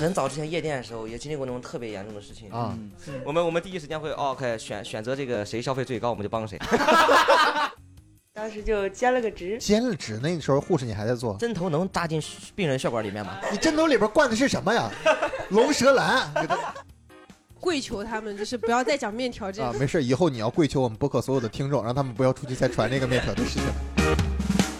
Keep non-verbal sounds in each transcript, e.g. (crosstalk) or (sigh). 很早之前夜店的时候也经历过那种特别严重的事情啊。我们我们第一时间会哦 OK 选选择这个谁消费最高，我们就帮谁。当时就兼了个职，兼了职那时候护士你还在做，针头能扎进病人血管里面吗？你针头里边灌的是什么呀？龙舌兰给他跪求他们，就是不要再讲面 (laughs) 条这啊，个。没事，以后你要跪求我们播客所有的听众，让他们不要出去再传这个面条的事情。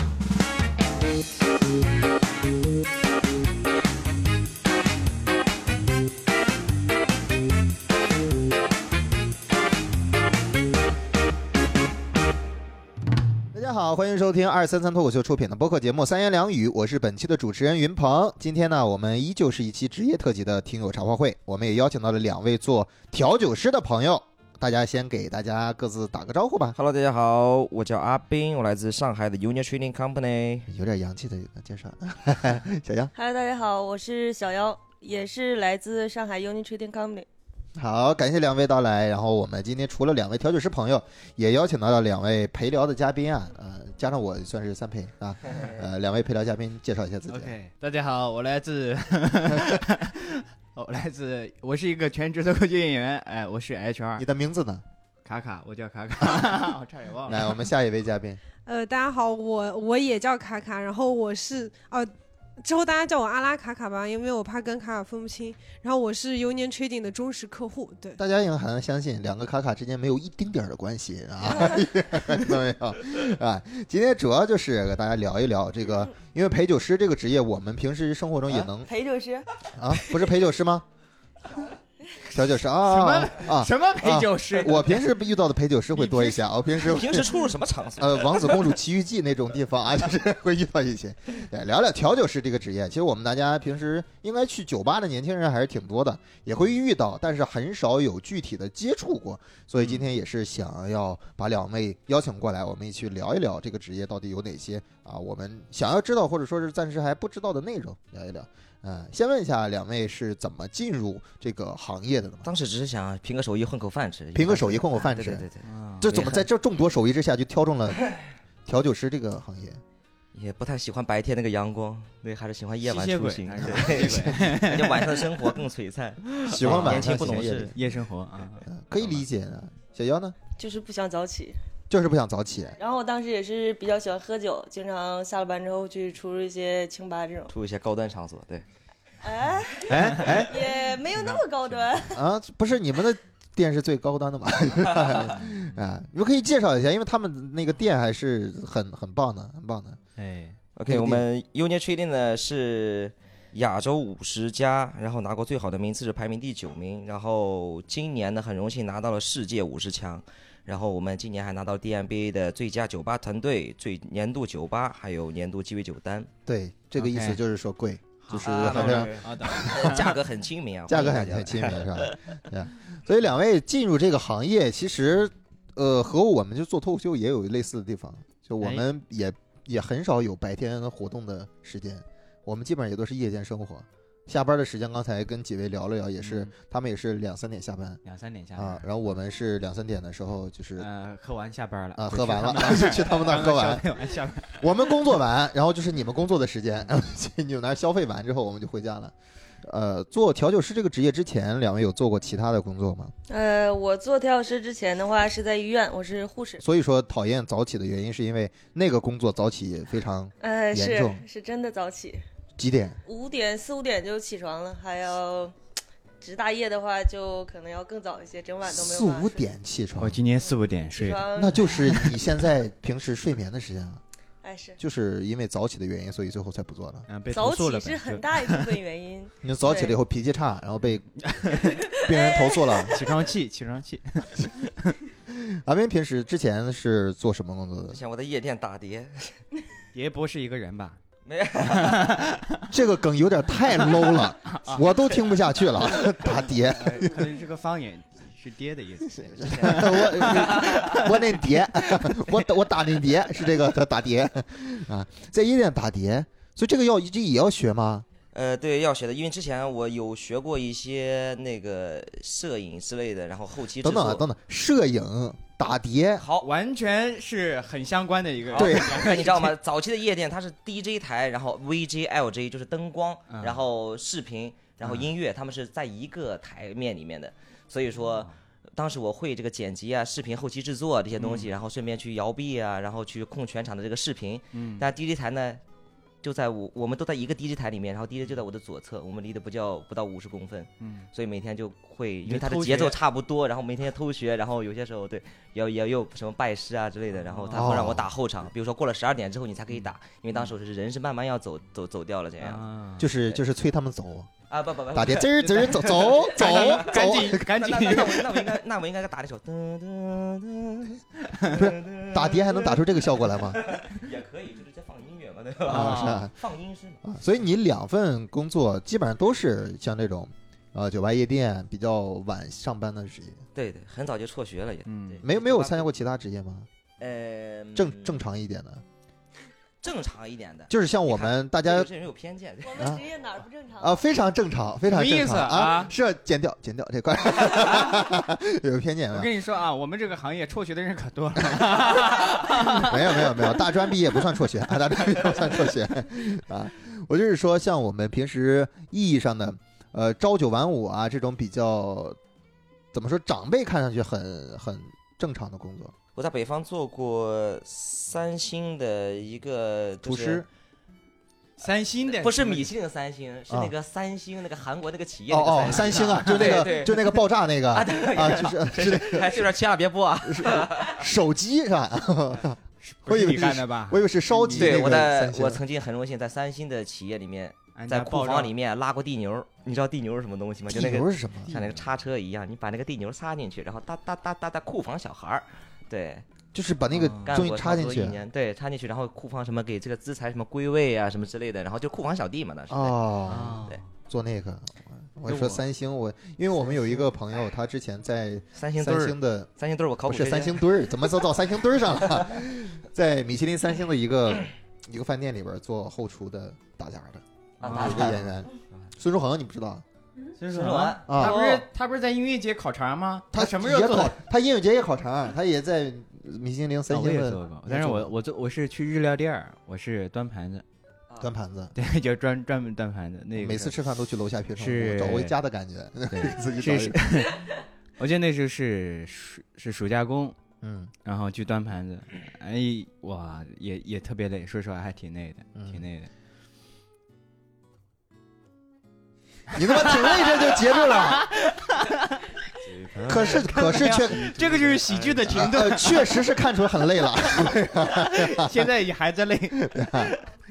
大家好，欢迎收听二三三脱口秀出品的播客节目《三言两语》，我是本期的主持人云鹏。今天呢，我们依旧是一期职业特辑的听友茶话会，我们也邀请到了两位做调酒师的朋友，大家先给大家各自打个招呼吧。 Hello，大家好，我叫阿斌，我来自上海的 Union Trading Company。有点洋气的介绍， (laughs) 小杨， Hello，大家好，我是小妖，也是来自上海 Uni Trading Company。好，感谢两位到来。然后我们今天除了两位调酒师朋友，也邀请到了两位陪聊的嘉宾啊，呃，加上我算是三陪啊，呃，两位陪聊嘉宾介绍一下自己。 OK，大家好，我来自，我来自，我是一个全职脱口秀演员，哎，我是你 HR 的名字呢？卡卡，我叫卡卡，我差点忘了。来，我们下一位嘉宾，呃，大家好，我我也叫卡卡，然后我是哦、之后大家叫我阿拉卡卡吧，因为我怕跟卡卡分不清。然后我是 Union Trading 的忠实客户，对。大家应该还能相信两个卡卡之间没有一丁点儿的关系啊， (laughs) 都没有啊。今天主要就是给大家聊一聊这个，因为陪酒师这个职业，我们平时生活中也能陪酒师，啊，不是陪酒师吗？调酒师啊啊！什么陪酒师？我平时遇到的陪酒师会多一些，啊我平时你平时出入什么场 (laughs) 所？呃《王子公主奇遇记》那种地方啊， (laughs) 就是会遇到一些。对，聊聊调酒师这个职业，其实我们大家平时应该去酒吧的年轻人还是挺多的，也会遇到，但是很少有具体的接触过。所以今天也是想要把两位邀请过来，我们一起聊一聊这个职业到底有哪些啊，我们想要知道或者说是暂时还不知道的内容，聊一聊。嗯，先问一下两位是怎么进入这个行业的呢？当时只是想凭个手艺混口饭吃，凭个手艺混口饭吃对对对对啊这怎么在这众多手艺之下就挑中了调酒师这个行业？也不太喜欢白天那个阳光，对，还是喜欢夜晚吸血出鬼行还，是 (laughs) 对， (laughs) 感觉晚上的生活更璀璨。 (laughs) 喜欢晚啊年轻上不懂喜欢夜事里，夜生活啊，嗯可以理解的。小妖呢，就是不想早起。就是不想早起。然后我当时也是比较喜欢喝酒，经常下了班之后去出入一些清吧这种。出一些高端场所，对，哎，哎也没有那么高端。哎啊，不是你们的店是最高端的 (laughs) 嘛？啊，你们可以介绍一下，因为他们那个店还是很很棒的，很棒的。哎， OK，内地我们 Union Trading 呢是亚洲五十家，然后拿过最好的名次是排名第九名，然后今年呢很荣幸拿到了世界五十强，然后我们今年还拿到 DMBA 的最佳酒吧团队、最年度酒吧，还有年度鸡尾酒单，对，这个意思 OK 就是说贵，就是啊很非常好的，呃 (laughs) 价格很亲民啊，价格欢很迎大家很亲民，是吧？对啊。所以两位进入这个行业，其实呃，和我们就做脱口秀也有类似的地方，就我们也、也很少有白天活动的时间，我们基本上也都是夜间生活。下班的时间，刚才跟几位聊了聊，也是、嗯他们也是两三点下班两三点下啊班，，然后我们是两三点的时候就是啊、呃，喝完下班了，喝完了，就就 (laughs) 去他们那儿喝完，喝完下班，我们工作完，然后就是你们工作的时间， (laughs) 然后去你们那儿消费完之后，我们就回家了。呃，做调酒师这个职业之前，两位有做过其他的工作吗？呃，我做调酒师之前的话是在医院，我是护士。所以说讨厌早起的原因是因为那个工作早起非常呃，严是重是真的早起，几点？五点四五点就起床了，还要值大夜的话就可能要更早一些，整晚都没有四办法睡。五点起我床，今天四五哦点起睡的，床，那就是你现在平时睡眠的时间了，哎是。 (laughs) 就是因为早起的原因，所以最后才不做了。嗯，被早投诉起了是呗，很就大一部分原因。你早起了以后脾气差，然后被 (laughs) 病人投诉 (laughs) 了。起床气，起床气，阿斌平时之前是做什么工作的之？前我在夜店打碟，也不是一个人吧？这个梗有点太 low 了，我都听不下去了。打碟，呃可能是个方言，是爹的意思。我我那碟， (laughs) 我我打那碟是这个打碟啊，在夜店打碟，所以这个要这也要学吗？呃，对，要学的，因为之前我有学过一些那个摄影之类的，然后后期制等等啊，作，等等，摄影打碟，好，完全是很相关的一个人。对哎 (laughs) 你知道 (laughs) 吗？早期的夜店它是 DJ 台，然后 VJ、LJ 就是灯光，嗯然后视频，然后嗯音乐，他们是在一个台面里面的。所以说，当时我会这个剪辑啊、视频后期制作啊这些东西，然后顺便去摇臂啊，然后去控全场的这个视频。嗯，但 DJ 台呢，就在我我们都在一个 DJ 台里面，然后 DJ 就在我的左侧，我们离得不叫不到五十公分，嗯，所以每天就会因就为它的偷节奏学差不多，然后每天偷学，然后有些时候对也也有什么拜师啊之类的，然后他会让哦我打后场，比如说过了十二点之后你才可以打，因为当时我是人是慢慢要走走走掉了这样嗯啊就是就是催他们哦走，啊不不不打碟，滋儿滋儿走走走 (laughs) 赶走，紧赶那紧那，那我那我应 (laughs) 该那我应该打那首噔噔噔，不是打碟还能打出这个效果来 (laughs) 吗？也可以，就直接放音乐嘛，对吧？啊，是啊。放音是吗？哦啊，所以你两份工作基本上都是像这种，呃，酒吧夜店比较晚上班的职业，对对，很早就辍学了也。嗯对没有没有参加过其他职业吗？呃正正常一点的，正常一点的，就是像我们大有家些人有偏见， (laughs) 我啊们职业哪儿不正常啊，？非常正常，非常什么正意思常啊是剪掉剪掉这块， (laughs) 有偏见我没跟你说啊，我们这个行业辍学的人可多了。有？没有没有没有，大专毕业不算辍学啊，大专毕业不算辍学啊。我就是说，像我们平时意义上的，呃，朝九晚五啊，这种比较怎么说，长辈看上去很很正常的工作，我在北方做过三星的一个厨师。。三星的不是米其林的三星，是啊那个三星那个韩国那个企业那哦哦，个三星星啊，就那对个对就那个爆炸那个啊，啊，对就是是 (laughs) 那还这边千万别播 (laughs) 啊！个手机是吧？不是我以为你是干的吧？我以为是烧鸡对，那我个在三星我曾经很荣幸在三星的企业里面，俺家在库爆房料里面拉过地牛儿。你知道地牛是什么东西吗？就那地个球是什么？像那个叉车一样，你把那个地牛插进去，然后哒哒哒哒哒库房小孩儿，对，就是把那个啊嗯干东西过插差进不多一去年，对，插进去，然后库房什么给这个资产什么归位啊什么之类的，然后就库房小弟嘛，当时。对哦，啊对做那个。我那说我三星，我因为我们有一个朋友，他之前在三星堆三儿，星的三星堆儿，我考不古是学三家星堆儿，怎么都到三星堆儿上了？在米其林三星的一个一个饭店里边做后厨的打杂的，啊，啊打有一个 (laughs) 演员孙书恒，你不知道？孙孙爽主啊文，啊他不是他不是在音乐节烤肠吗？他什么时候也做烤？他音乐节也烤肠，他也在米其林三我星也的做过，但是我我做我是去日料店儿，我是端盘子， (laughs) 啊 (laughs) 端盘子。对，就专专门端盘子。那个每次吃饭都去楼下平常是找回家的感觉，自己找是一是 (laughs) 个，我记得那时候是暑是暑假工，嗯，然后去端盘子，哎哇，也也特别累，说实话还挺累的，嗯挺累的。你他妈挺累这就结束了，可是可是确这个就是喜剧的 (laughs) 情呃确实是看出很累了，调，现在也还在累。嗯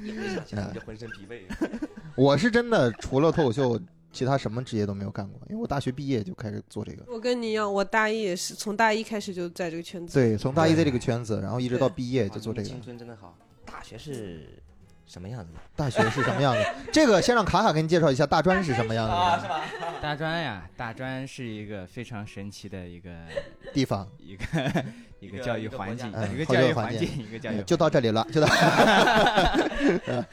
我就浑身疲 (laughs) 惫。我是真的除了脱口秀，其他什么职业都没有干过，因为我大学毕业就开始做这个，我跟你一样，我大一也是从大一开始就在这个圈子。对，从大一在这个圈子，然后一直到毕业就做这啊哇你们青个。春真的好。大学是什么样子的？大学是什么样的？这个先让卡卡给你介绍一下大专是什么样的吧？大专呀，大专是一个非常神奇的一个 (laughs) 地方。一个一一个个教一育个环国家境，嗯一个好教的育环环境嗯境，一个教育环就到这里了，就到。 (laughs)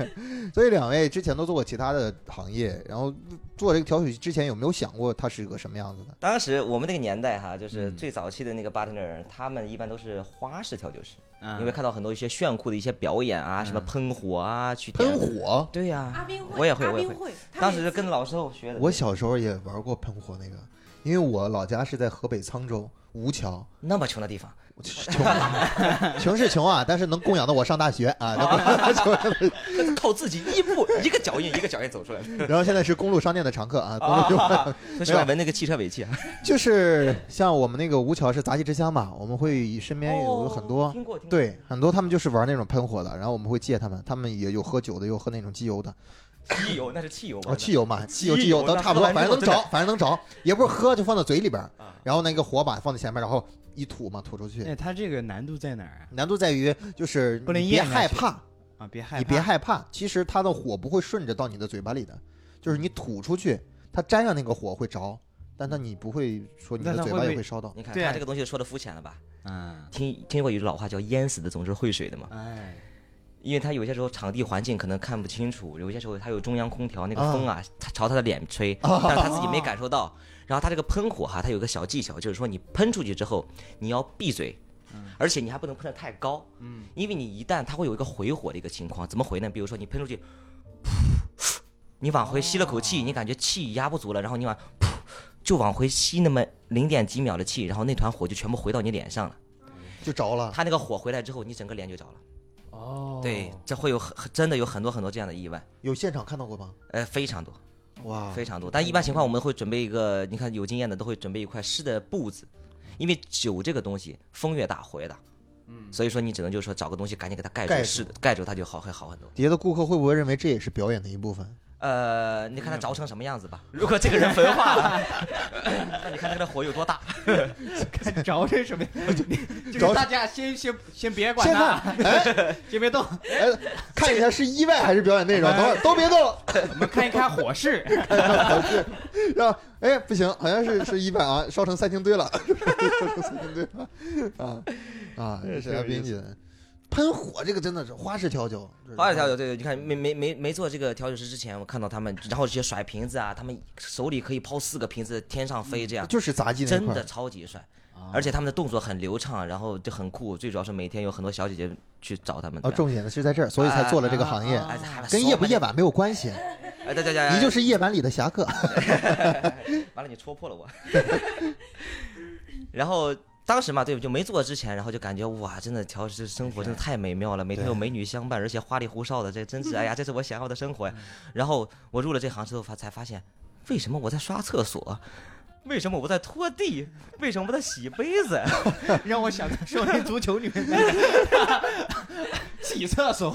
所以两位之前都做过其他的行业，然后做这个调酒之前有没有想过它是个什么样子的？当时我们那个年代哈，就是嗯最早期的那个 bartender，他们一般都是花式调酒师，嗯啊你会看到很多一些炫酷的一些表演啊，什么嗯喷火啊，去点喷。火，对阿呀，斌会，我也会阿我也斌会会。啊他当每时是次跟老师后学的。我小时候也玩过喷火那个，因为我老家是在河北沧州吴桥，那么穷的地方，我就是穷啊， (laughs) 穷是穷啊，但是能供养到我上大学啊。能供养到我上大学靠自己一步一个脚印一个脚印走出来的。 (laughs) 然后现在是公路商店的常客啊，(laughs) 公路啊，他喜欢闻那个汽车尾气啊。就是像我们那个吴桥是杂技之乡嘛，我们会身边有哦很多、听过，听过。哦对，很多他们就是玩那种喷火的，然后我们会借他们，他们也有喝酒的，有喝那种机油的，汽油那是汽油吧哦，汽油嘛，机机油机油油都那差不喝多，完反之正能后真着，反正能着，也不是喝，就放到嘴里边儿啊，然后那个火把放在前面，然后一吐嘛，吐出去。那他这个难度在哪儿啊？难度在于就是不能你别咽下害去怕，啊，别害怕，你别害怕，其实它的火不会顺着到你的嘴巴里的，就是你吐出去，它沾上那个火会着，但它你不会说你那的它嘴会巴不也会会烧到。你看对他这个东西说的肤浅了吧？嗯，听听过一句老话叫“淹死的总是会水的”嘛，哎，因为他有些时候场地环境可能看不清楚，有些时候他有中央空调，那个风啊，它朝他的脸吹，啊但是他自己没感受到。然后他这个喷火哈，他有个小技巧，就是说你喷出去之后，你要闭嘴，嗯而且你还不能喷得太高，嗯因为你一旦它会有一个回火的一个情况，怎么回呢？比如说你喷出去，噗噗你往回吸了口气，哦你感觉气压不足了，然后你往噗就往回吸那么零点几秒的气，然后那团火就全部回到你脸上了。就着了。它那个火回来之后，你整个脸就着了。哦对，这会有很真的有很多很多这样的意外，有现场看到过吗？呃，非常多哇，非常多。但一般情况我们会准备一个，你看有经验的都会准备一块湿的布子，因为酒这个东西风越大火越大，嗯所以说你只能就是说找个东西赶紧给它盖盖住，住是的，盖住它就好，会好很多。别的顾客会不会认为这也是表演的一 (laughs) 部分？呃，你看他着成什么样子吧。如果这个人焚化了， (laughs) 那你看他的火有多大。 (laughs) 看着这什么，就是着大家先先先别管先它，看，哎 (laughs) 先别动，哎，看一下是意外还是表演内哎容？等会儿都别动，我们看一看火势。让哎不行，好像是是意外啊，烧成三星堆了， (laughs) 烧成三星堆了啊 (laughs) 啊！这是来冰姐，喷火这个真的是花式调酒，花式调酒，对对，你看没没没没做这个调酒师之前，我看到他们，然后直接甩瓶子啊，他们手里可以抛四个瓶子天上飞，这样、就是杂技那一真块儿啊的超级帅。而且他们的动作很流畅，啊然后就很酷。最主要是每天有很多小姐姐去找他们。啊，重点的是在这儿，所以才做了这个行业，哎，还跟夜不夜？晚没有关系，哎，对对对，你就是夜晚里的侠客。 (laughs) 完了，你戳破了我。 (laughs) 然后当时嘛，对，就没做之前，然后就感觉哇，真的调这生哎活真的太美妙了，每天有美女相伴，而且花里胡哨的，这真是哎呀，这是我想要的生活呀。嗯然后我入了这行之后，发才发现，为什么我在刷厕所？为什么我在拖地？为什么我在洗杯子？ (laughs) 让我想到少林足球里面 (laughs) 那个洗厕所，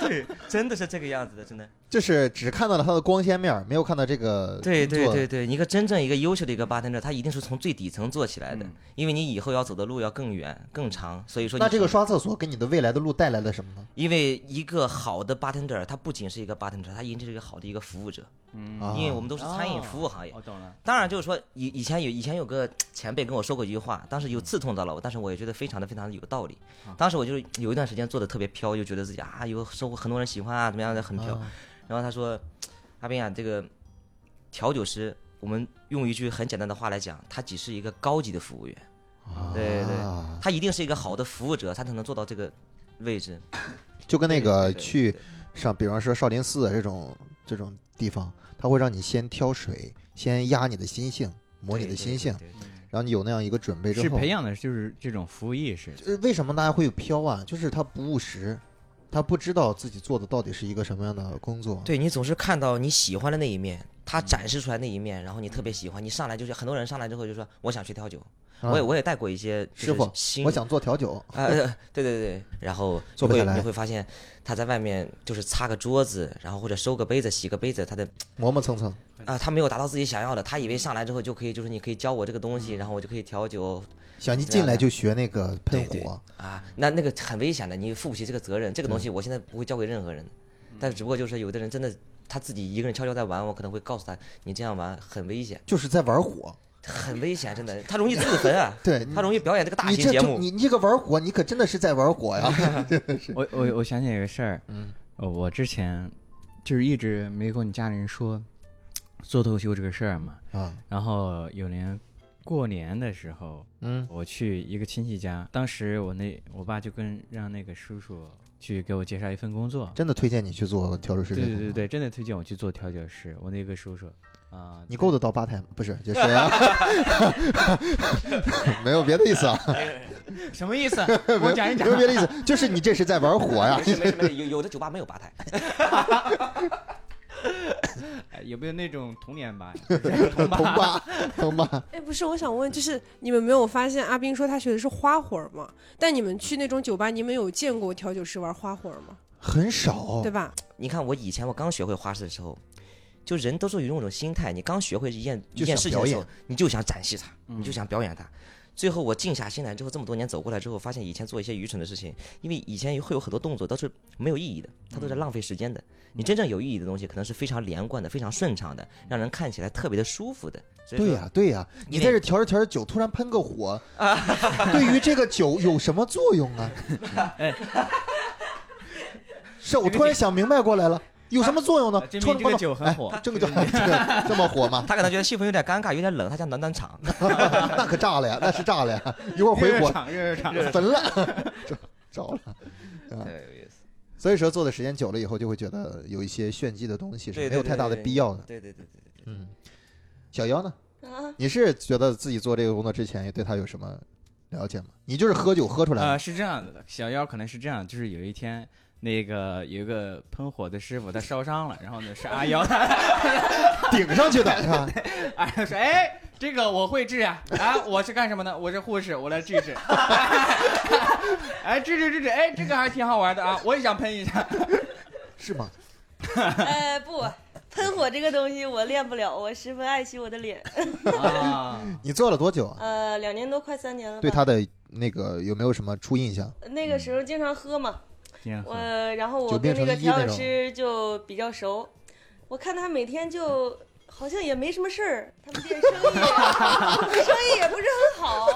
对，真的是这个样子的，真的。就是只看到了它的光鲜面儿，没有看到这个对对工作对对，一个真正一个优秀的一个 bartender，他一定是从最底层做起来的，嗯因为你以后要走的路要更远更长，所以说那你这个只刷厕所给你的未来的路带来了什么呢？因为一个好的 bartender，他不仅是一个 bartender，他一定是一个好的一个服务者，嗯，啊，因为我们都是餐饮服务行业。我懂了，当然，就是说以以前有以前有个前辈跟我说过一句话，当时有刺痛到了我，但是我也觉得非常的非常的有道理啊。当时我就是有一段时间做的特别飘，就觉得自己啊有收获很多人喜欢啊，怎么样的很飘。啊然后他说：“阿斌啊，这个调酒师，我们用一句很简单的话来讲，他只是一个高级的服务员，对对啊他一定是一个好的服务者，他才能做到这个位置。就跟那个对对去对上，比方说少林寺啊这种这种地方，它会让你先挑水，先压你的心性，磨你的心性，对对对对然后你有那样一个准备之是后，培养的就是这种服务意识。呃为什么大家会有飘啊？就是他不务实，他不知道自己做的到底是一个什么样的工作。对你总是看到你喜欢的那一面，他展示出来那一面，然后你特别喜欢，你上来就是很多人上来之后就说我想学调酒，啊我也我也带过一些就是师傅新 (laughs) 我想做调酒，啊、呃对对对，然后做你不会下来你会发现他在外面就是擦个桌子，然后或者收个杯子、洗个杯子，他的磨磨蹭蹭，啊、他没有达到自己想要的，他以为上来之后就可以就是你可以教我这个东嗯西，然后我就可以调酒想一这进样来的就学那个喷啊对对火，啊，那那个很危险的，你负不起这个责任，这个东嗯西我现在不会教给任何人，但只不过就是有的人真的。他自己一个人悄悄在玩，我可能会告诉他，你这样玩很危险。就是在玩火。，很危险，真的，他容易自焚啊 (laughs) 对，他容易表演这个大你型这节就目。你你这个玩火，你可真的是在玩火呀！ (laughs) 我我我想起来一个事儿，嗯，呃，我之前就是一直没跟你家里人说做脱口秀这个事儿嘛。啊，然后有年过年的时候，嗯，我去一个亲戚家，当时我那我爸就跟让那个叔叔去给我介绍一份工作，真的推荐你去做调酒师。对对对，对，真的推荐我去做调酒师。我那个叔叔啊，你够得到吧台吗？不是， (laughs) 就是、啊、没有别的意思啊，什么意思？给我讲一 (laughs) 没讲有。别的意思，就是你这是在玩火呀 (laughs) 没。事没事没事，有有的酒吧没有吧台，哎有没有那种童年 (laughs) 吧？同吧，同吧，哎，不是，我想问，就是你们没有发现阿斌说他学的是花活儿吗？但你们去那种酒吧，你们有见过调酒师玩花活儿吗？很少哦对。吧？你看我以前我刚学会花式的时候，就人都是有一种心态，你刚学会一件就一件想事情的表时候演，你就想展示它，嗯你就想表演它。最后我静下心来之后，这么多年走过来之后，发现以前做一些愚蠢的事情，因为以前会有很多动作都是没有意义的，它嗯都是浪费时间的。你真正有意义的东西，可能是非常连贯的、非常顺畅的，让人看起来特别的舒服的。所以对说呀、对呀、你因为在这调着调着酒，突然喷个 (laughs) 火，啊对于这个酒有什么哎作用啊？是我突然想明白过来了，有什么作用呢啊？证冲明着这个观众酒很哎火嗯这个酒这个这么火 (laughs) 吗？他可能觉得气氛有点尴尬，有点冷，他想暖暖场。那可炸了呀，那是炸了呀！一会儿热回热火场，热热场，焚了，着着了。对，有意思。所以说做的时间久了以后，就会觉得有一些炫技的东西是对没有太大的必要的。对对对对对对。嗯，小妖呢？啊，你是觉得自己做这个工作之前对他有什么了解吗？你就是喝酒喝出来呃，的，是这样子的，小妖可能是这样，就是有一天。那个有一个喷火的师傅，他烧伤了，然后呢是 (laughs) 阿妖， (laughs) 顶上去的是吧？阿妖说：“哎，这个我会治呀、啊！我是干什么呢？我是护士，我来治 (laughs) 一治。哎，治治治治，哎，这个还挺好玩的啊！我也想喷一下。是吗？哎不，喷火这个东西我练不了，我十分爱惜我的脸。啊，你做了多久啊？呃，两年多快三年了吧。对他的那个有没有什么初印象？那个时候经常喝嘛，我然后久我嗯变跟那个成一调那酒种师就比较熟，我看他每天就好像也没什么事儿，他们店生意生意啊也不是很好，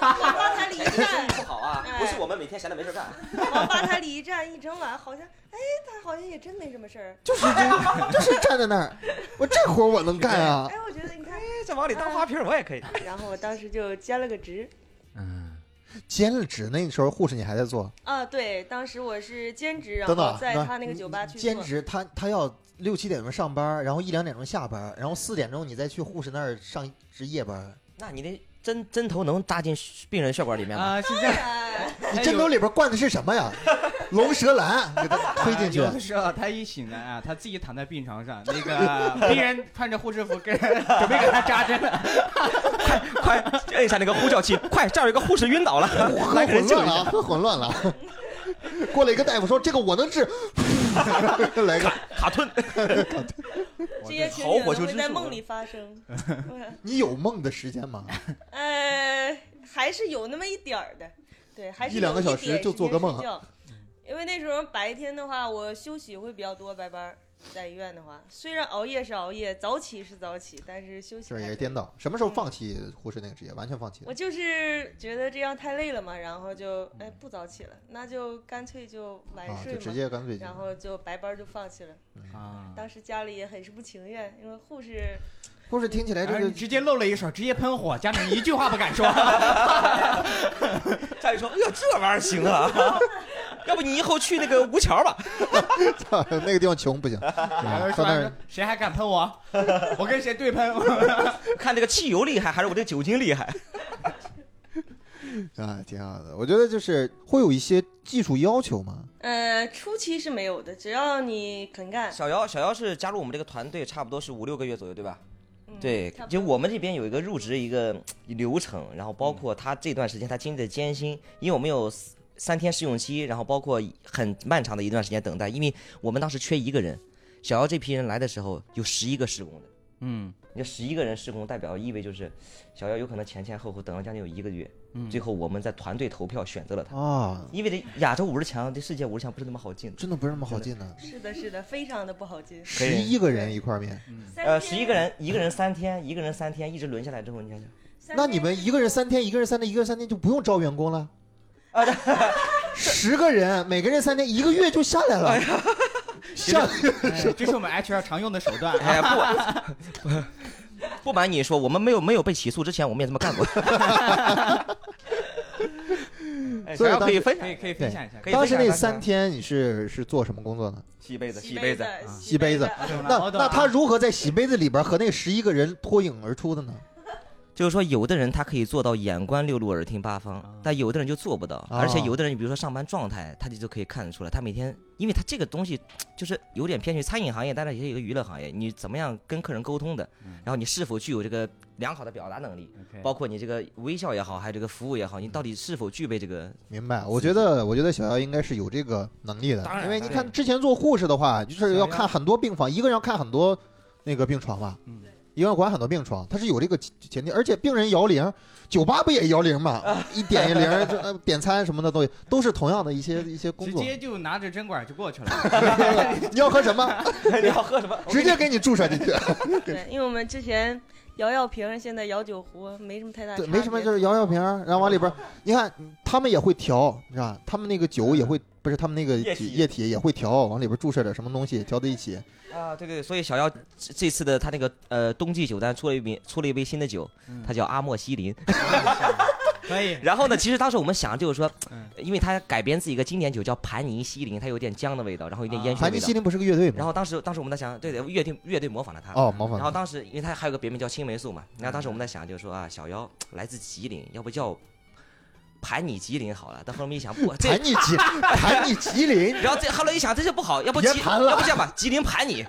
往吧 (laughs) 台里一站， (laughs) 不好啊不是我们每天闲着没事干。往吧台里一站一整晚，好像哎他好像也真没什么事儿，就是这 (laughs) 就是站在那儿，我这活我能干啊！哎我觉得你看，这往里当花瓶儿我也可以。然后我当时就兼了个职。嗯，兼了职那时候护士你还在做，啊，对，当时我是兼职，然等等后啊，在那他那个酒吧去兼做职他他要六七点钟上班，然后一两点钟下班，然后四点钟你再去护士那儿上值夜班。那你那针针头能扎进病人血管里面吗？啊，是这样。 (laughs) 哎你针头里边灌的是什么呀？龙舌兰给他推进去啊有，的时候他一醒来啊，他自己躺在病床上，那 (laughs) 个病人穿着护士服跟准备给他扎针了。快摁一下那个呼叫 (laughs) 器，快！这儿有个护士晕倒了，喝来个人混救乱一了下。啊，喝混乱了 (laughs) 啊。过来一个大夫说：“这个我能治。” (laughs) 来 (laughs) 个， (laughs) 卡顿，这些情好景火都球会之在术梦里发生。你有梦的时间吗？呃，还是有那么一点儿的，对，还是一两有个小点时就时做间个梦啊嗯睡觉因为那时候白天的话，我休息会比较多，白班儿在医院的话，虽然熬夜是熬夜，早起是早起，但是休息这还也可是以颠倒。什么时候放弃护士那个职业？完全放弃了我。就是觉得这样太累了嘛，然后就哎不早起了，那就干脆就晚啊，睡就直嘛，接干脆就然后就白班儿就放弃了。啊，当时家里也很是不情愿，因为护士护士听起来这然后哎你个直接露了一手，直接喷火，家长一句话不敢说。 (laughs) 家里说：“哎呦，这玩意儿行 (laughs) 啊，要不你以后去那个吴桥吧。操 (laughs) 那个地方穷不行，然后嗯说到那儿完谁还敢喷我？ (laughs) 我跟谁对喷？ (laughs) (laughs) 看这个汽油厉害还是我这个酒精厉害？啊，挺好的。我觉得就是会有一些技术要求嘛，呃初期是没有的，只要你肯干，小姚，小姚是加入我们这个团队，差不多是五六个月左右，对吧？嗯对差，不就多我们这边有一个入职一个嗯流程，然后包括嗯他这段时间他经历的艰辛，因为我们有三三天试用期，然后包括很漫长的一段时间等待，因为我们当时缺一个人，小姚这批人来的时候有十一个施工的，嗯你这十一个人施工代表意味就是小姚有可能前前后后等了将近有一个月，嗯最后我们在团队投票选择了他，啊，因为这亚洲五十强这世界五十强不是那么好进的，真的不是那么好进的。是的，是的，非常的不好进。可十以一个人一块儿面，呃，十一个，人，一个人三天，一个人三天，一直轮下来之后，你想想，那你们一个人三天，一个人三天，一个人三天就不用招员工了。十个人，每个人三天，一个月就下来了。下哎这是我们 HR 常用的手段。哎呀，不， (laughs) 不瞒你说，我们没有没有被起诉之前，我们也这么干 (laughs) 过。哎所以小姚 (laughs) 可以当时分可享以可以分享一下，可以当时分那享三天你是是做什么工作呢？洗杯子，洗洗杯子，啊子，洗杯子我懂了那我懂那了他如何在洗杯子里边和那十一个人脱颖而出的呢？就是说，有的人他可以做到眼观六路，耳听八方，但有的人就做不哦到。而且有的人，比如说上班状态，他就就可以看得出来，他每天，因为他这个东西就是有点偏去餐饮行业，但是也有一个娱乐行业，你怎么样跟客人沟通的，嗯然后你是否具有这个良好的表达能力， OK 包括你这个微笑也好，还有这个服务也好，你到底是否具备这个明白，我觉得，我觉得小姚应该是有这个能力的当，然因为你当看之前做护士的话，就是要看很多病房，一个人要看很多那个病床吧，嗯对一个人管很多病床，他是有这个前前提，而且病人摇铃，酒吧不也摇 (laughs) 铃嘛，一点一铃，这呃点餐什么的都有都是同样的一些一些工直 (laughs) 作。接就拿着针管就过去了。 (laughs) 你要喝什么， (laughs) 你要喝什么？直接给你注射进去，对，因为我们之前摇药瓶，现在摇酒壶，没什么太大对，差没什么，别嗯就是摇摇瓶，然后往里边，你看他们也会调，是吧？他们那个酒也会不是他们那个液体体液体也会调，往里边注射点什么东西，调在一起。啊，对对对，所以小妖这这次的他那个呃冬季酒单出了一名出了一杯新的酒，嗯它叫阿莫西林。可以，然后呢，其实当时我们想就是说嗯，因为它改编自一个经典酒叫盘尼西林，它有点姜的味道，然后有点烟熏凡味啊尼道西。林不是个乐队吗？然后当时当时我们在想，对对，乐队乐队模仿了它。哦，麻烦然后了。当时因为它还有个别名叫青霉素嘛，然后当时我们在想就是说啊，小妖来自吉林，要不叫盘你吉林好了。但后来我们一想， (laughs) 不这盘。你吉，盘你吉林，然后这后来一想，这就不好，要不别吉，盘了要不这样吧，吉林盘 (laughs) 你，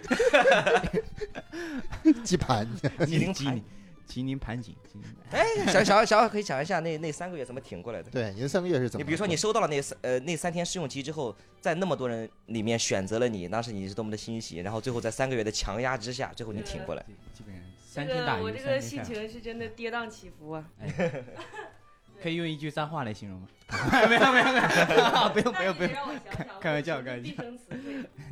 鸡盘。吉林吉盘林，吉林盘锦，吉林哎，小 (laughs) 小小小可以讲一下那那三个月怎么挺过来的？对，你这三个月是怎你么？比如说你收到了那三呃那三天试用期之后，在那么多人里面选择了你，当时你是多么的欣喜，然后最后在三个月的强压之下，最后你挺过来。基本上这三天打个鱼我这个心情是真的跌宕起伏啊！可以用一句脏话来形容吗？没有没有没有， (laughs) 不用不那用你不用 (laughs) 让我想想，开玩笑我 (laughs) 开玩笑嗯毕生词汇。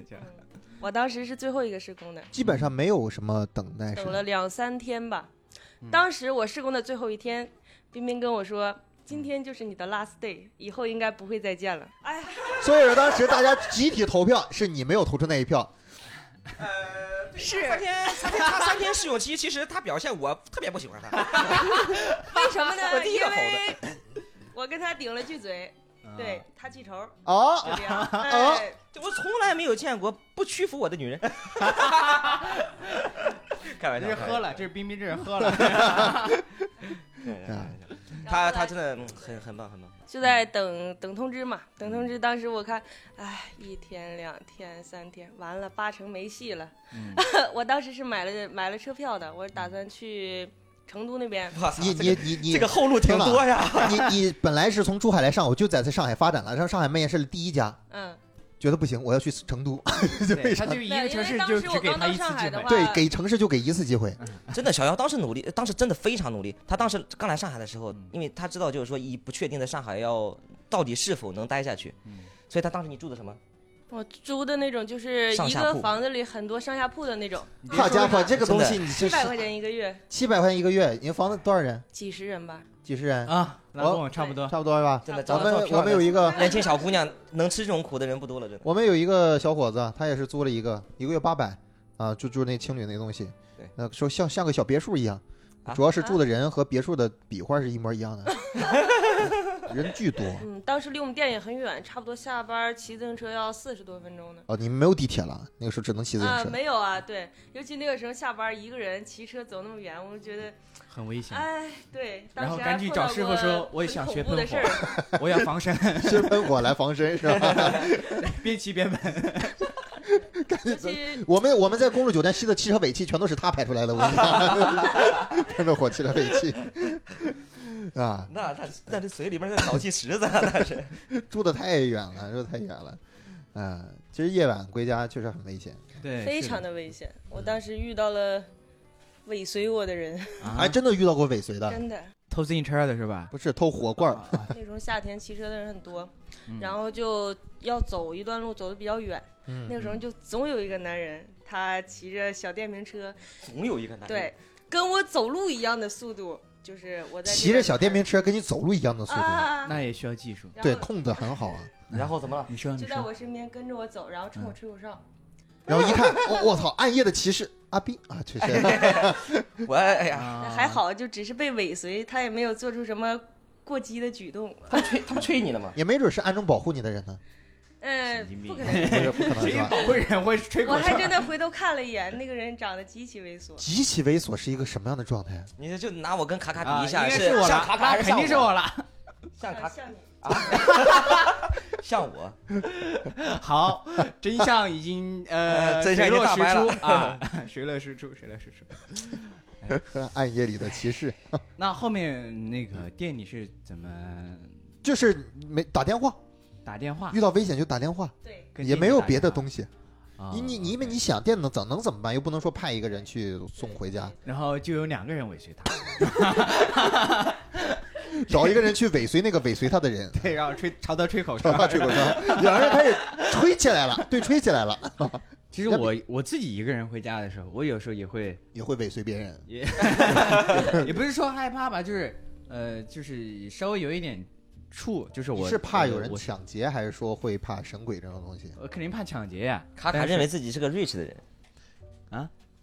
这样嗯我当时是最后一个施工的，基本上没有什么等待时等了间。两三天吧嗯。当时我施工的最后一天，冰冰跟我说：“今嗯天就是你的 last day，以后应该不会再见了。” (laughs) 哎呀，所以说当时大家集体投票，是你没有投出那一票。是三天三天他三天试用期，其实他表现我特别不喜欢他。为什么我呢？第一因个吼的嗯为我跟他顶了句嘴， (laughs) 对，他记仇，哦啊，就这 (laughs) 样。哎，就我从来没有见过不屈服我的女人。 (laughs) 开这玩笑，是喝了，这是冰冰，这是喝了。开玩笑。然后他后来他真的嗯很很棒，很棒。就在等等通知嘛，等通嗯知。当时我看，哎，一天、两天、三天，完了，八成没戏了。 (laughs) (laughs) 嗯我当时是买了买了车票的，我打算去成都那边。哇塞，你这你个你你这个后路挺多呀。你你本来是从珠海来上海，我就在在上海发展了，上上海卖烟是第一家，嗯，觉得不行，我要去成都。对，他就一个对，因城为市当就时只我给刚他到一次上海机的会话，。对，给城市就给一次机会。 (laughs) 真的，小姚当时努力，当时真的非常努力。他当时刚来上海的时候嗯，因为他知道就是说以不确定的上海要到底是否能待下去，嗯所以他当时你住的什么？我哦租的那种就是上一下个铺房子里很多上下铺的那种，你别好说家伙，这个真东的西你一这百块钱一个月，七百块钱一个月，你房子多少人？几十人吧。几十人？啊，那跟我差不多。差不多吧。真的，我长得们这么我漂们亮有的一个 (laughs) 年轻小姑娘，能吃这种苦的人不多了，真的。我们有一个小伙子，他也是租了一个，一个月八百啊，就住那青旅那东西。对，呃，说像像个小别墅一样，啊主要是住的人和别墅的比划是一模一样 (laughs) 的，人巨多。嗯，当时离我们店也很远，差不多下班骑自行车要四十多分钟呢。哦，你们没有地铁了，那个时候只能骑自行啊，车。没有啊，对，尤其那个时候下班一个人骑车走那么远，我就觉得，很危险，哎，对。当然后时赶还紧碰找到师傅过说我很想恐学怖喷的火事 (laughs) 儿我要防身，先喷火来防身是 (laughs) 吧？边骑边 (laughs) 喷。尤其我们我们在公路酒店吸的汽车尾气全都是他排出来的，我跟你讲 (laughs) (laughs) 喷着火汽车尾气啊， (laughs) 那他那这嘴里面是沼气池子啊，那是。住的太远了，住的太远了。啊，其实夜晚归家确实很危险。对，非常的危险，我当时遇到了尾随我的人，啊还，真的遇到过尾随的，真的，偷自行车的是吧？不是偷火罐儿，那时候夏天骑车的人很多，嗯然后就要走一段路，走的比较远。嗯那个时候就总有一个男人，他骑着小电瓶车， (laughs) 总有一啊个男人。对，跟我走路一样的速度，就是我在这骑着边小电瓶车跟你走路一样的速度，啊，那也需要技术。然对，后控制得很好啊。然后怎么了？你说，你就在说，我身边跟着我走，然后冲我嗯吹口啊哨，然后一看，哦我我操，暗夜的骑士阿斌啊，确实，我哎呀，啊那 (laughs) 还，好，就只是被尾随，他也没有做出什么过激的举动，他们吹他们吹你了吗？也没准是暗中保护你的人呢，嗯神经，病不可 (laughs) 不是能。不可能谁是吧？ (laughs) 保护人会吹口我还哨？真的回头看了一眼，那个人长得极其 (laughs) 猥琐，极其猥琐是一个什么样的状态？你这就拿我跟卡卡啊，比一下，应该是我像了，啊卡卡还肯定是像我，我了。像卡像你。像我。 (laughs) 好，真相已经呃，真相已经水落大石白出了啊， (laughs) 水落石出，水落石出。啊 (laughs) 暗夜里的骑士，那后面那个店里是怎么就是没打电话，打电话遇？到危险就打电话，对，啊跟也店没里有打别的电话东西。啊你你你，因为 OK 你想电能怎能怎么办？又不能说派一个人去送回家，然后就有两个人尾随他， (laughs) 找一个人去尾随那个尾随他的人， (laughs) (laughs) 对，然后吹朝他吹口哨让。他吹口哨，两人开始吹起来了，对，吹起来了，其实我我自己一个人回家的时候，我有时候也 (laughs) 会，也会尾随别人。也不是说害怕吧，就是呃，就是稍微有一点处，就是你我呃是怕有人我抢劫，还是说会怕神鬼这种东西？我肯定怕抢劫呀。卡卡但是认为自己是个 rich 的人，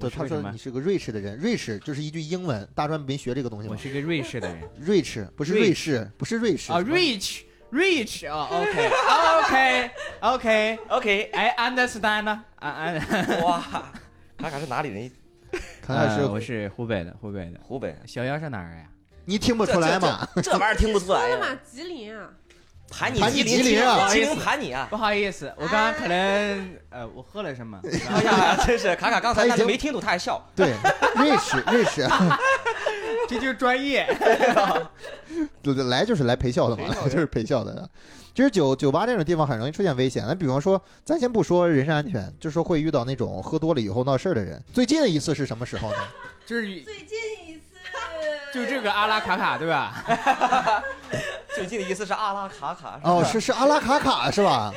我对，是他个什说么你？是个 rich 的人，rich 就是一句英文，大专没学这个东西我吗是个瑞士的人？rich 不是瑞士， (laughs) 不是瑞士啊什么，rich rich 啊，OK OK OK (laughs) OK， I understand 呢啊啊，哇，卡卡是哪里人？看来呃我是啊是湖北的，湖北的。湖北。小妖是哪儿啊呀？你听不这出来嘛？？这这这玩意儿听不出来 (laughs) 说了呀嘛，！吉林啊，盘你盘你吉林啊吉林盘你啊！不好意思，我刚刚可能呃，我喝了什么？ (laughs) 哎呀， (laughs) 真是卡卡刚才他已那就经没听懂，他还笑。对，rich rich，这就是专业。 (laughs) 对对，来就是来陪笑的嘛，来 (laughs) 就是陪笑的。啊其实酒酒吧这种地方很容易出现危险。那比方说，咱先不说人身安全，就说会遇到那种喝多了以后闹事儿的人。最近的一次是什么时候 (laughs) 呢？就是最近一 (laughs) 次就这个阿拉卡卡对吧？最近的意思是阿拉卡卡是吧哦，是是阿拉卡卡是 (laughs) 吧？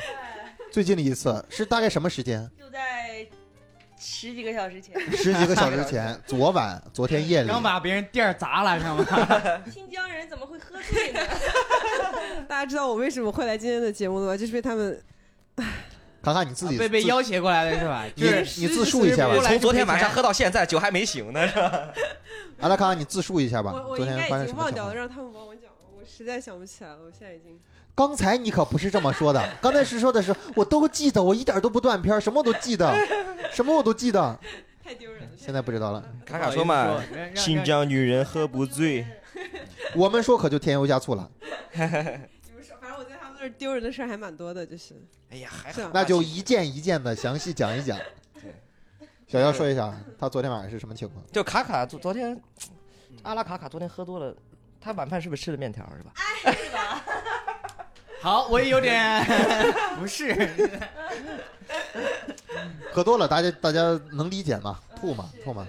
最近的一次是大概什么时间？就在十几个小时 (laughs) 前，十几个小时 (laughs) 前，昨晚昨天夜里。刚把别人店儿砸了，看 (laughs) 吗？新疆人怎么会喝醉 (laughs) 呢？大家知道我为什么会来今天的节目了吧？就是被他们卡卡你自啊己被被自要挟过来的是 (laughs) 吧？你就是你自述一下吧是我是。从昨天晚上喝到现在，酒还没醒呢。是吧阿拉卡卡你自述一下吧。我我昨应天该发生什已经么忘情掉况了，？让他们帮我讲了，我实在想不起来了，我现在已经刚才你可不是这么说 (laughs) 的，刚才是说的是我都记得，我一点都不断片儿，什么都记 (laughs) 得，什么我都记得。太丢人了。现在不知道了。卡卡说嘛，，新疆女人喝不醉。我们说可就添油加醋了，你们说，反正我在他们那儿丢人的事儿还蛮多的，就是哎呀，还是啊好那就一件一件的详细讲一讲。小妖说一下，他昨天晚上是什么情况？就卡卡昨昨天，阿拉卡卡昨天喝多了，他晚饭是不是吃了面条是吧？好，我也有 (laughs) 点不是，喝多了，大家大家能理解吗？吐嘛，吐嘛，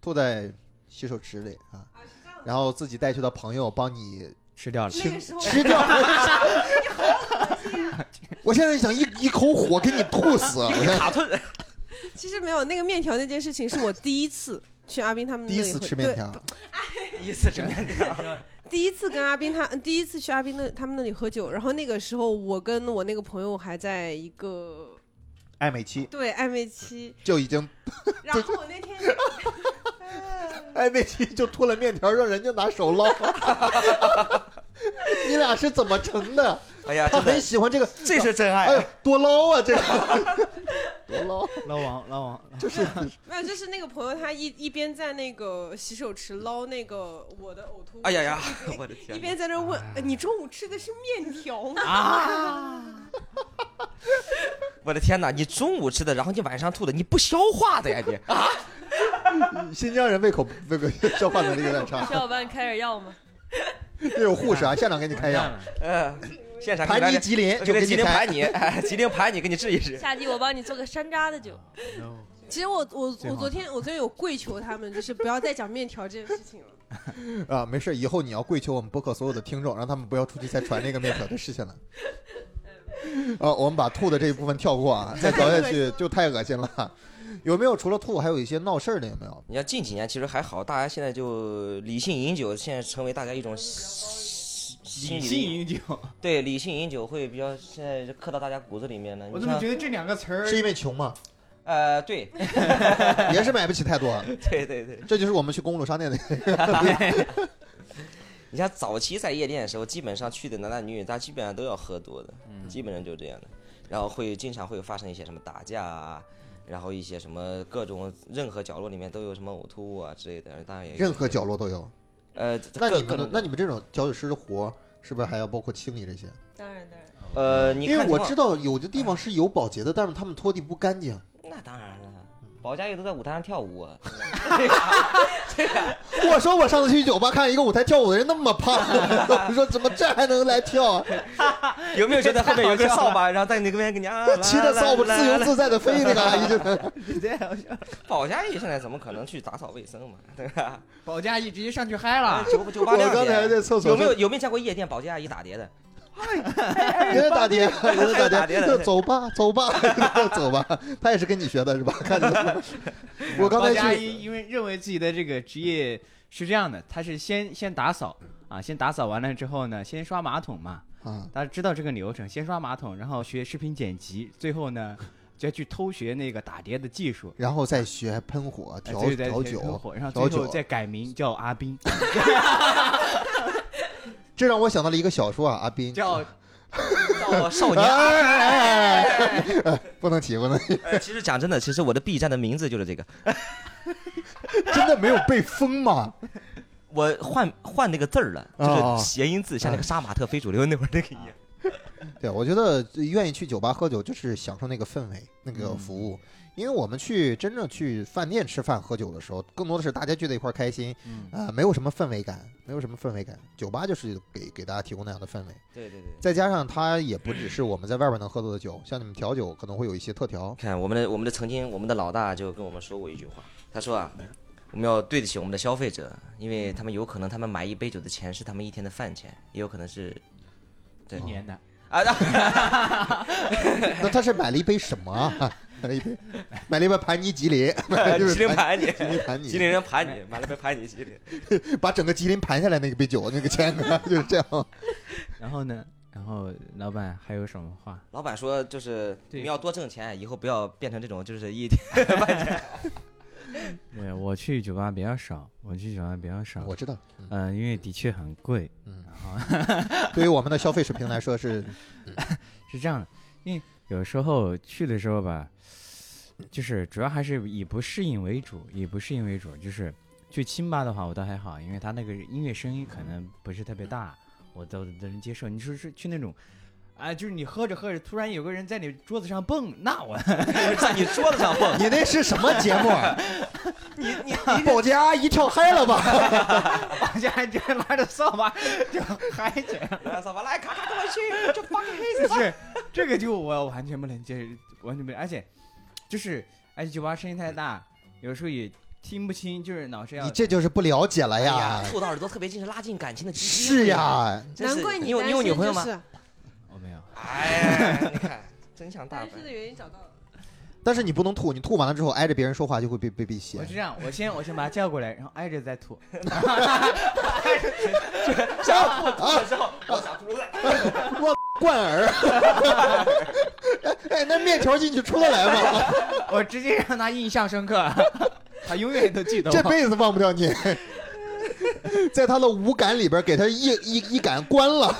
吐在洗手池里啊，然后自己带去的朋友帮你吃掉了那个时候吃 (laughs) 掉。我现在想一一口火给你吐 (laughs) 死！我现在卡顿，其实没有那个面条那件事情，是我第一次去阿斌他们那第里一喝，次吃面条，一次吃面条。对，第一次跟阿斌他嗯第一次去阿斌那他们那里喝酒，然后那个时候我跟我那个朋友还在一个爱美期对暧昧期，就已经然后我那天暧昧期就吐了面条，让人家拿手捞。 (laughs) 你俩是怎么成的？哎呀，他真很的，喜欢这个，这是真哎呦爱。，多捞啊，这个 (laughs) 多捞，老王老王，就是没有，就是那个朋友他一一边在那个洗手池捞那个我的呕吐物，哎呀哎呀，我的一边，一天！边在那问、呃你中午吃的是面条吗？啊我的天哪！你中午吃的，然后你晚上吐的，你不消化的呀 (laughs) 你？新疆人胃口胃口 (laughs) 消化能力有点差。 (laughs) 小伙伴开点药吗？这有护士啊，现场给你开药，呃，现场给大盘家尼吉林我就给给吉你林开盘。你， (laughs) 哎，吉林盘你，给你治一治。 (laughs) 下集我帮你做个山楂的酒。 (laughs) 其实我我最好我昨天我昨天有跪求他们，就是不要再讲面条这件事情了。啊，没事，以后你要跪求我们播客所有的听众，让他们不要出去再传这个面条的事情 (laughs) 了。呃，我们把吐的这一部分跳过 (laughs) 啊，再聊下去就太恶心了。有没有除了吐，还有一些闹事儿的？有没有？你看近几年其实还好，大家现在就理性饮酒，现在成为大家一种心理理性的一饮酒，对理性饮酒会比较现在就刻到大家骨子里面了。我你怎么像觉得这两个词儿 (laughs) 是因为穷 (laughs) 吗？呃，对 (laughs) 也是买不起太多，啊对对对，这就是我们去公路商店的。你像早期在夜店的时候，基本上去的男男女女，大家基本上都要喝多的，嗯基本上就这样的，然后会经常会发生一些什么打架啊。然后一些什么各种任何角落里面都有什么呕吐物啊之类的，当然也有任何角落都有。呃，那各你各们种那你们这种搅酒师的活，是不是还要包括清理这些？当然当然，呃，你因为看我情况知道有的地方是有保洁的，但是他们拖地不干净。那当然嗯了，保家也都在舞台上跳舞啊。 (laughs) 我说我上次去酒吧看一个舞台跳舞的人那么胖，我说怎么这还能来跳啊？有没有觉得后面有根扫把，然后在你那边给你啊？ (laughs) 骑着扫把自由自在的飞那个阿姨就，保家义现在怎么可能去打扫卫生 (laughs) 嘛，啊对吧？保洁阿姨直接上去嗨了，酒酒吧啊我亮刚才点。在厕所有没有有没有见过夜店保洁阿姨打碟的？有人打碟，有人打打碟，碟的就走吧走吧走吧，他也是跟你学的是吧？看你，我刚保洁阿才去姨因为认为自己的这个职业是这样的，她是先先打扫啊，先打扫完了之后呢，先刷马桶嘛，啊，大家知道这个流程，先刷马桶，然后学视频剪辑，最后呢，就要去偷学那个打碟的技术。然后再学喷火、呃调最后再调学喷酒，火，然调后最后酒再改名叫 (laughs) 阿斌，这让我想到了一个小说啊，阿斌叫到少哎 (laughs) 年。哎哎哎哎不能提，不能提，哎其实讲真的，其实我的 B 站的名字就是这个。真的没有被封吗？我换换那个字儿了，哦啊就是谐音字，像那个杀马特非主流那会儿那个一样。对，我觉得愿意去酒吧喝酒，就是享受那个氛围、那个服务。因为我们去真正去饭店吃饭喝酒的时候，更多的是大家聚在一块儿开心，嗯呃，没有什么氛围感，没有什么氛围感。酒吧就是给给大家提供那样的氛围，对对对。再加上它也不只是我们在外边能喝到的酒，像你们调酒可能会有一些特调。看我们的我们的曾经我们的老大就跟我们说过一句话，他说啊，我们要对得起我们的消费者，因为他们有可能他们买一杯酒的钱是他们一天的饭钱，也有可能是对一嗯年的，啊， (laughs) 那他是买了一杯什么啊？买了一杯，买了一杯盘尼吉林，买了一吉杯林盘盘你，吉林盘尼，吉林人盘你，买了杯盘你吉林。把整个吉林盘下来那个杯酒，那个 (laughs) 钱可能就是这样。然后呢，然后老板还有什么话？老板说就是你对们要多挣钱，啊以后不要变成这种就是一 (laughs) 天饭钱。对，我去酒吧比较少，我去酒吧比较少我，知道，嗯嗯、因为的确很贵，嗯，然后对于我们的消费水平来说是是这样的，因为有时候去的时候吧，就是主要还是以不适应为主，以不适应为主。就是去清吧的话，我倒还好，因为它那个音乐声音可能不是特别大，我都都能接受。你说是去那种，啊、就是你喝着喝着，突然有个人在你桌子上蹦，那我 (laughs) 在你桌子上 (laughs) 蹦， (laughs) 你那是什么节目？啊 (laughs) 你你保洁阿姨跳嗨了吧？往下还直接拉着扫把 (laughs) 就嗨起来了，来扫把来咔咔给我去，就 fucking 就是 (laughs) 这个就我完全不能接受，完全不能，而且就是而且酒吧声音太大，有时候也听不清，就是老是 (laughs) 要你这就是不了解了哎呀呀，！吐到耳朵特别近是拉近感情的机会是，呀，真是难怪你有单你身有女朋友就吗？是我哦没有。哎，你看，真相大单白。身的原因找到了。但是你不能吐，你吐完了之后挨着别人说话就会被被被我是写。这样，我先我先把他叫过来，然后挨着再吐。想要破土的时候， (laughs) 我想出来。冠儿， (laughs) 哎，那面条进去出得来 (laughs) 吗？我直接让他印象深刻， (laughs) 他永远都记得这我。辈子忘不掉你。在他的五感里边，给他一一一感关了，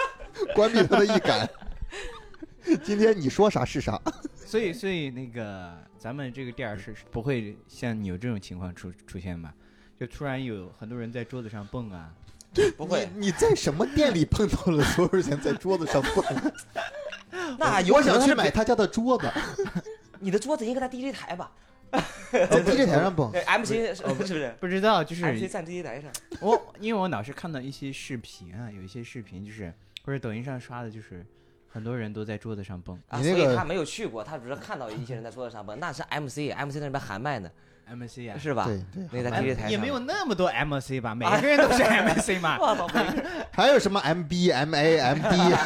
(laughs) 关闭他的一感。 (laughs) 今天你说啥是啥。所以所以那个咱们这个店儿是是不会像你有这种情况出出现吧？就突然有很多人在桌子上蹦啊，不会，你，你在什么店里碰到了所有人在桌子上蹦？ (laughs) 那有哎可我想能去是买他家的桌 (laughs) 子，你的桌子应该在 DJ 台吧？在 DJ 哦台上蹦。对，MC 是哦不是不知道就是？MC 站 DJ 台上，我，因为我老是看到一些视频啊，有一些视频就是或者抖音上刷的，就是很多人都在桌子上蹦啊，你那所个以他没有去过，他只是看到一些人在桌子上蹦，那是 MC，MC 在那边喊麦呢， ，MC 啊，是 (laughs) 吧？哎对那对，个在哎 DJ 台上也没有。那么多 MC 吧，每个人都是 MC (laughs) 嘛我操，每个人还有什么 MB、MA、MD、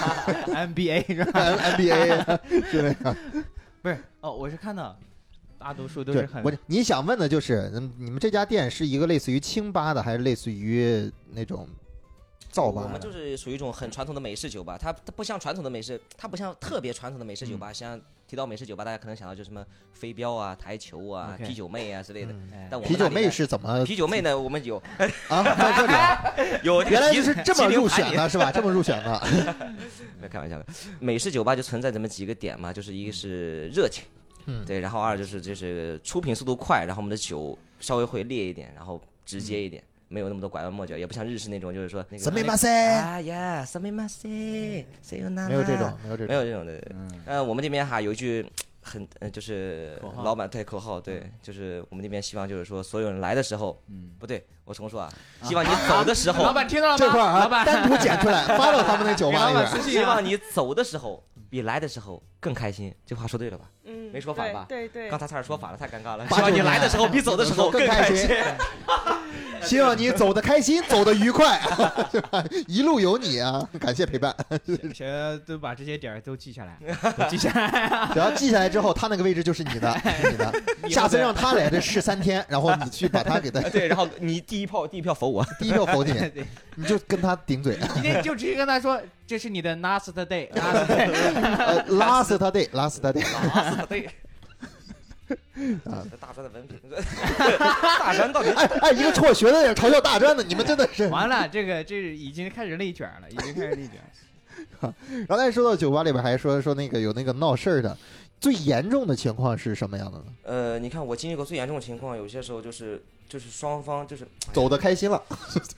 (laughs) ，NBA 是吧？ (laughs) MBA 之类的。不是哦，我是看到大多数都是对很，我你想问的就是，嗯你们这家店是一个类似于清吧的，还是类似于那种造我吧们的？就是属于一种很传统的美式酒吧，它它不像传统的美式，它不像特别传统的美式酒嗯吧。像提到美式酒吧，大家可能想到就什么飞镖啊、台球啊、 OK 啤酒妹啊之类的。嗯哎但我们啤酒那里妹呢是怎么啤酒妹呢？我们有啊？在这 (laughs) 里啊，有 (laughs) 原来就就是这么入选的，是吧？这么入选 (laughs) 的，没开玩笑的，美式酒吧就存在这么几个点嘛，就是一个是热情，嗯对，然后二就是就是出品速度快，然后我们的酒稍微会烈一点，然后直接一点，没有那么多拐弯抹角，也不像日式那种就是说那个什么嗯马塞？嗯啊呀，什么马塞，谁有那没有这种，，没有这没种。有这种的。嗯，呃，我们这边哈有一句很呃就是口号老板对口号，对，就是我们这边希望就是说所有人来的时候，嗯，不对，我重说啊，希望你走的时候， (laughs) 老板听到了吗？这块儿老啊，板，单独剪出来，发到他们那酒给 (laughs) 吧老里板边。私信希啊望，你走的时候比来的时候更开心。这话说对了吧？嗯，没说反对吧对对刚，才差点说反了，太尴尬了。(laughs) 八希望九你年来的时候比走的时候更开开心。希望你走得开心，走得愉快， (laughs) 是吧一路有你啊！感谢陪伴。谁都把这些点儿都记 (laughs) 下来，都记下来。只要记下来之后，他那个位置就是 (laughs) 你的，是你的。下次让他来这试三天，然后你去把他给他 (laughs) 对，然后你第一炮第一票否我，第一票否你，对，你就跟他 (laughs) 顶嘴。今天就直接跟他说，这是你的 last (laughs) day，last day，呃，拉死他 day，拉死他 day。打死他 (laughs) 对。啊大专的 (laughs) 文凭，大专到底 (laughs) 哎哎，一个辍学的也嘲笑大专的，你们真的是。完了，这个这已经开始内卷了，已经开始内卷了。 (laughs) 然后刚才说到酒吧里边，还说说那个有那个闹事儿的，最严重的情况是什么样的呢？呃，你看我经历过最严重的情况，有些时候就是就是双方就是走的开心了，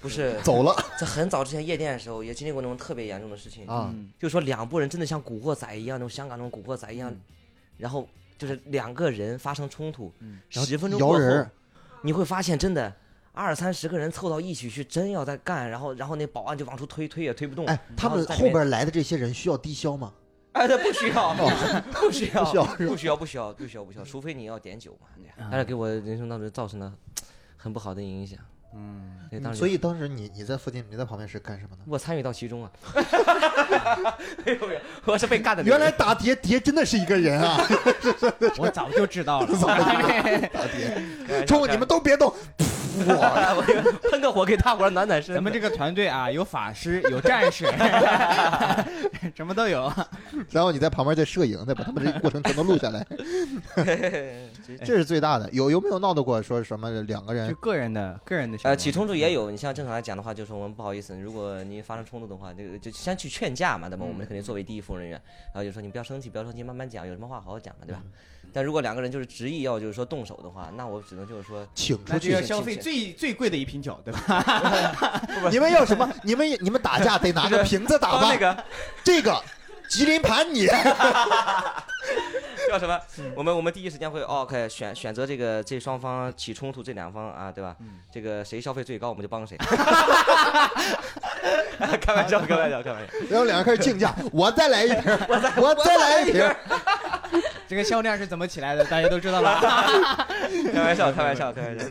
不是走了在很早之前夜店的时候也经历过那种特别严重的事情，啊，嗯就是说两拨人真的像古惑仔一样，那种香港那种古惑仔一样，然后就是两个人发生冲突，嗯然后十分钟摇过后人儿，你会发现真的二三十个人凑到一起去，真要在干，然后然后那保安就往出推，推也推不动。哎，他们后边来的这些人需要低消吗？哎，这不需要，不需要，不需要是吧不需要，不需要，不需要，不需要，除非你要点酒嘛。这样但是给我人生当中造成了很不好的影响。嗯，对当时所以当时你你在附近，你在旁边是干什么呢？我参与到其中啊。 (laughs) 没有没有，我是被干的那个原人。来打碟碟真的是一个人啊！ (laughs) 我 (laughs) 早就知道了。打碟，开玩笑冲你们都别动！哇，哎 (laughs) 我喷个火给大伙儿暖暖身。咱们这个团队啊，有法师，有战 (laughs) 士，什么都有。然后你在旁边再摄影，再把他们这个过程全都录下 (laughs) 来， (laughs) 这是最大的。有有没有闹得过说什么两个就人？个人的个人的行为呃，起冲突也有，你像正常来讲的话，就是我们不好意思，如果您发生冲突的话，就就先去劝架嘛，对吧？我们肯定作为第一服务人员，然后就说你不要生气，不要生气，慢慢讲，有什么话好好讲嘛，对吧？但如果两个人就是执意要就是说动手的话，那我只能就是 (laughs) 说，请出那就去要！消费最最贵的一瓶酒，对吧？ (laughs) 你们要什么？你们你们打架得 (laughs) 拿个瓶子打哦吧那？个这个吉林盘你叫什么？我们我们第一时间会哦 OK 选选择这个这双方起冲突这两方啊，对吧？这个谁消费最高，我们就帮 (laughs) 谁。开玩笑，开玩笑，开玩笑。然后两个人开始竞价，我再来一瓶， (laughs) 我再来一瓶。这个销量是怎么起来的，大家都知道了。开玩笑，开玩笑，开玩笑。开玩笑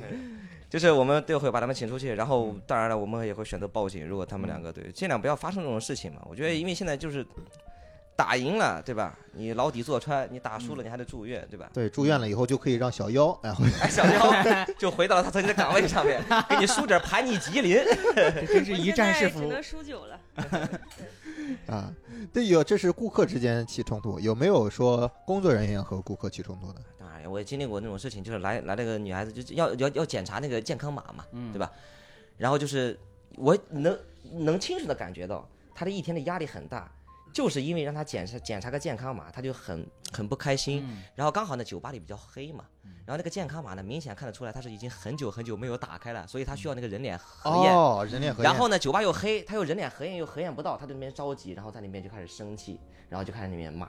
就是我们队会把他们请出去，然后当然了，我们也会选择报警。如果他们两个对，尽量不要发生这种事情嘛。我觉得，因为现在就是打赢了，对吧？你牢底坐穿，你打输了，你还得住院，对吧？ (laughs) 对，住院了以后就可以让小妖，然后哎，小妖就回到了他曾经的岗位上面，给你输点盘你吉林。这 (laughs) 真是我一现站在式只服务能。输酒了。啊，对，有这是顾客之间起冲突，有没有说工作人员和顾客起冲突的？当然，我也经历过那种事情，就是来来了个女孩子，就是要要要检查那个健康码嘛，对嗯吧？然后就是我能能清楚的感觉到她这一天的压力很大，就是因为让她检查检查个健康码，她就很很不开心。然后刚好呢，酒吧里比较黑嘛，然后那个健康码呢，明显看得出来她是已经很久很久没有打开了，所以她需要那个人脸核验。哦，人脸合然后呢，酒吧又黑，她又人脸核验又核验不到，她就那边着急，然后在那边就开始生气，然后就开始那边骂。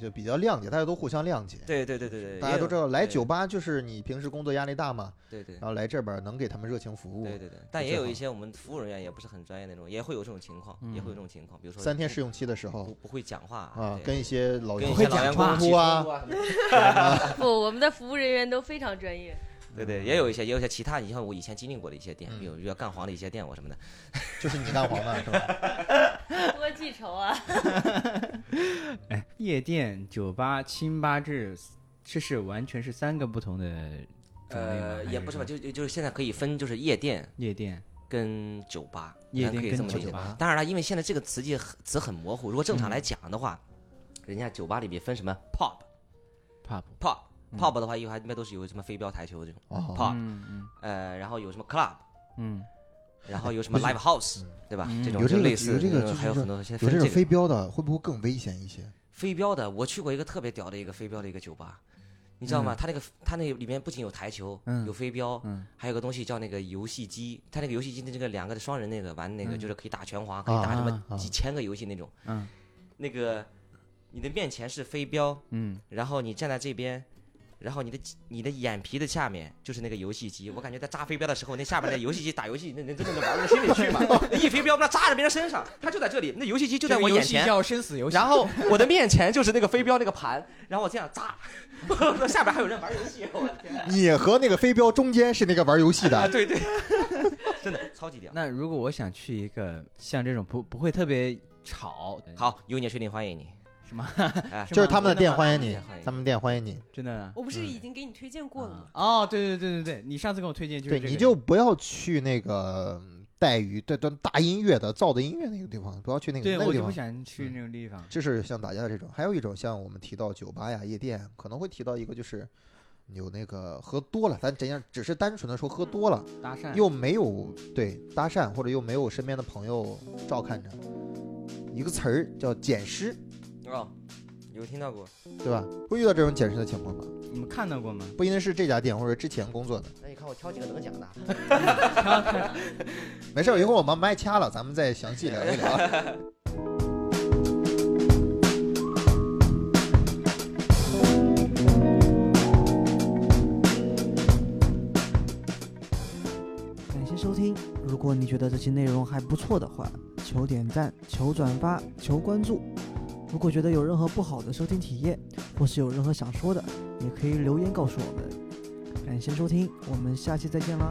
就比较谅解，大家都互相谅解。对对对对对，大家都知道，来酒吧。吧就是你平时工作压力大嘛，对对然。后来这边能给他们热情服务对。对对，但就也最有好一些我们服务人员也不是很专业那种，也会有这种情况，也会有这种情况，比如说三天不试用期的时候不不会讲话啊，对跟一些老哎跟员一工些老员冲工突啊，什么的，不，我们的服务人员都非常专业。对对，也有一些也有一些其他，你像我以前经历过的一些店，嗯比如要干黄的一些店我什么的，就是你干黄的是吧？多记仇啊！哎，夜店、酒吧、清吧制，这是完全是三个不同的种类吗呃，也不是吧，还说就就就是现在可以分就是夜店夜店跟酒吧，夜咱店可以跟这么酒理解吧当然了，因为现在这个词界很词很模糊，如果正常嗯来讲的话，人家酒吧里面分什么 pop pub。 pop 嗯 pop 的话，一般都是有什么飞镖、台球这种哦， pop，嗯嗯呃，然后有什么 club。嗯，然后有什么 live house，对吧？嗯这有种这就个类似有这那个种就是还有很多现在分有这种这飞个镖的会不会更危险一些？飞镖的。我去过一个特别屌的一个飞镖的一个酒吧，你知道吗？它那个它那里面不仅有台球，嗯有飞镖嗯，还有个东西叫那个游戏机。它那个游戏机的这个两个双人那个玩那个嗯就是可以打拳皇，可以打什啊么几千个游戏那种。嗯那个你的面前是飞镖，嗯，然后你站在这边，然后你的你的眼皮的下面就是那个游戏机，我感觉在扎飞镖的时候，那下面那游戏机打游戏，那那真的能玩到心里去吗？那一飞镖不知道扎在别人身上，他就在这里，那游戏机就在我眼前，叫生死游戏，然后我的面前就是那个飞镖那个盘，然后我这样扎， (laughs) 我说下边还有人玩游戏，我的天！你和那个飞镖中间是那个玩 (laughs) 游戏啊，的，对对，真的超级屌。 (laughs) 那如果我想去一个像这种不不会特别吵，好，优年确定欢迎你，什么？哎是就是吗他们的真店吗欢迎真你的欢迎，他们店欢迎你。真的啊我不是嗯已经给你推荐过了吗？哦，对对对对对，你上次给我推荐就是对，这个你就不要去那个带鱼对对大音乐的造的音乐那个地方，不要去那个对那个我地就不方。嗯想去那种地方。嗯这是像打架这种，还有一种像我们提到酒吧呀、夜店，可能会提到一个就是有那个喝多了，咱怎样只是单纯的说喝多了，搭讪又没有对搭讪或者又没有身边的朋友照看着，一个词儿叫捡尸，哦，有听到过？对吧？会遇到这种捡尸的情况吗？你们看到过吗？不一定是这家店或者之前工作的，那你看我挑几个能讲的，没事儿，一会儿我们麦掐了，咱们再详细聊一聊啊。感谢收听。如果你觉得这期内容还不错的话，求点赞、求转发、求关注。如果觉得有任何不好的收听体验，或是有任何想说的，也可以留言告诉我们。感谢收听，我们下期再见啦！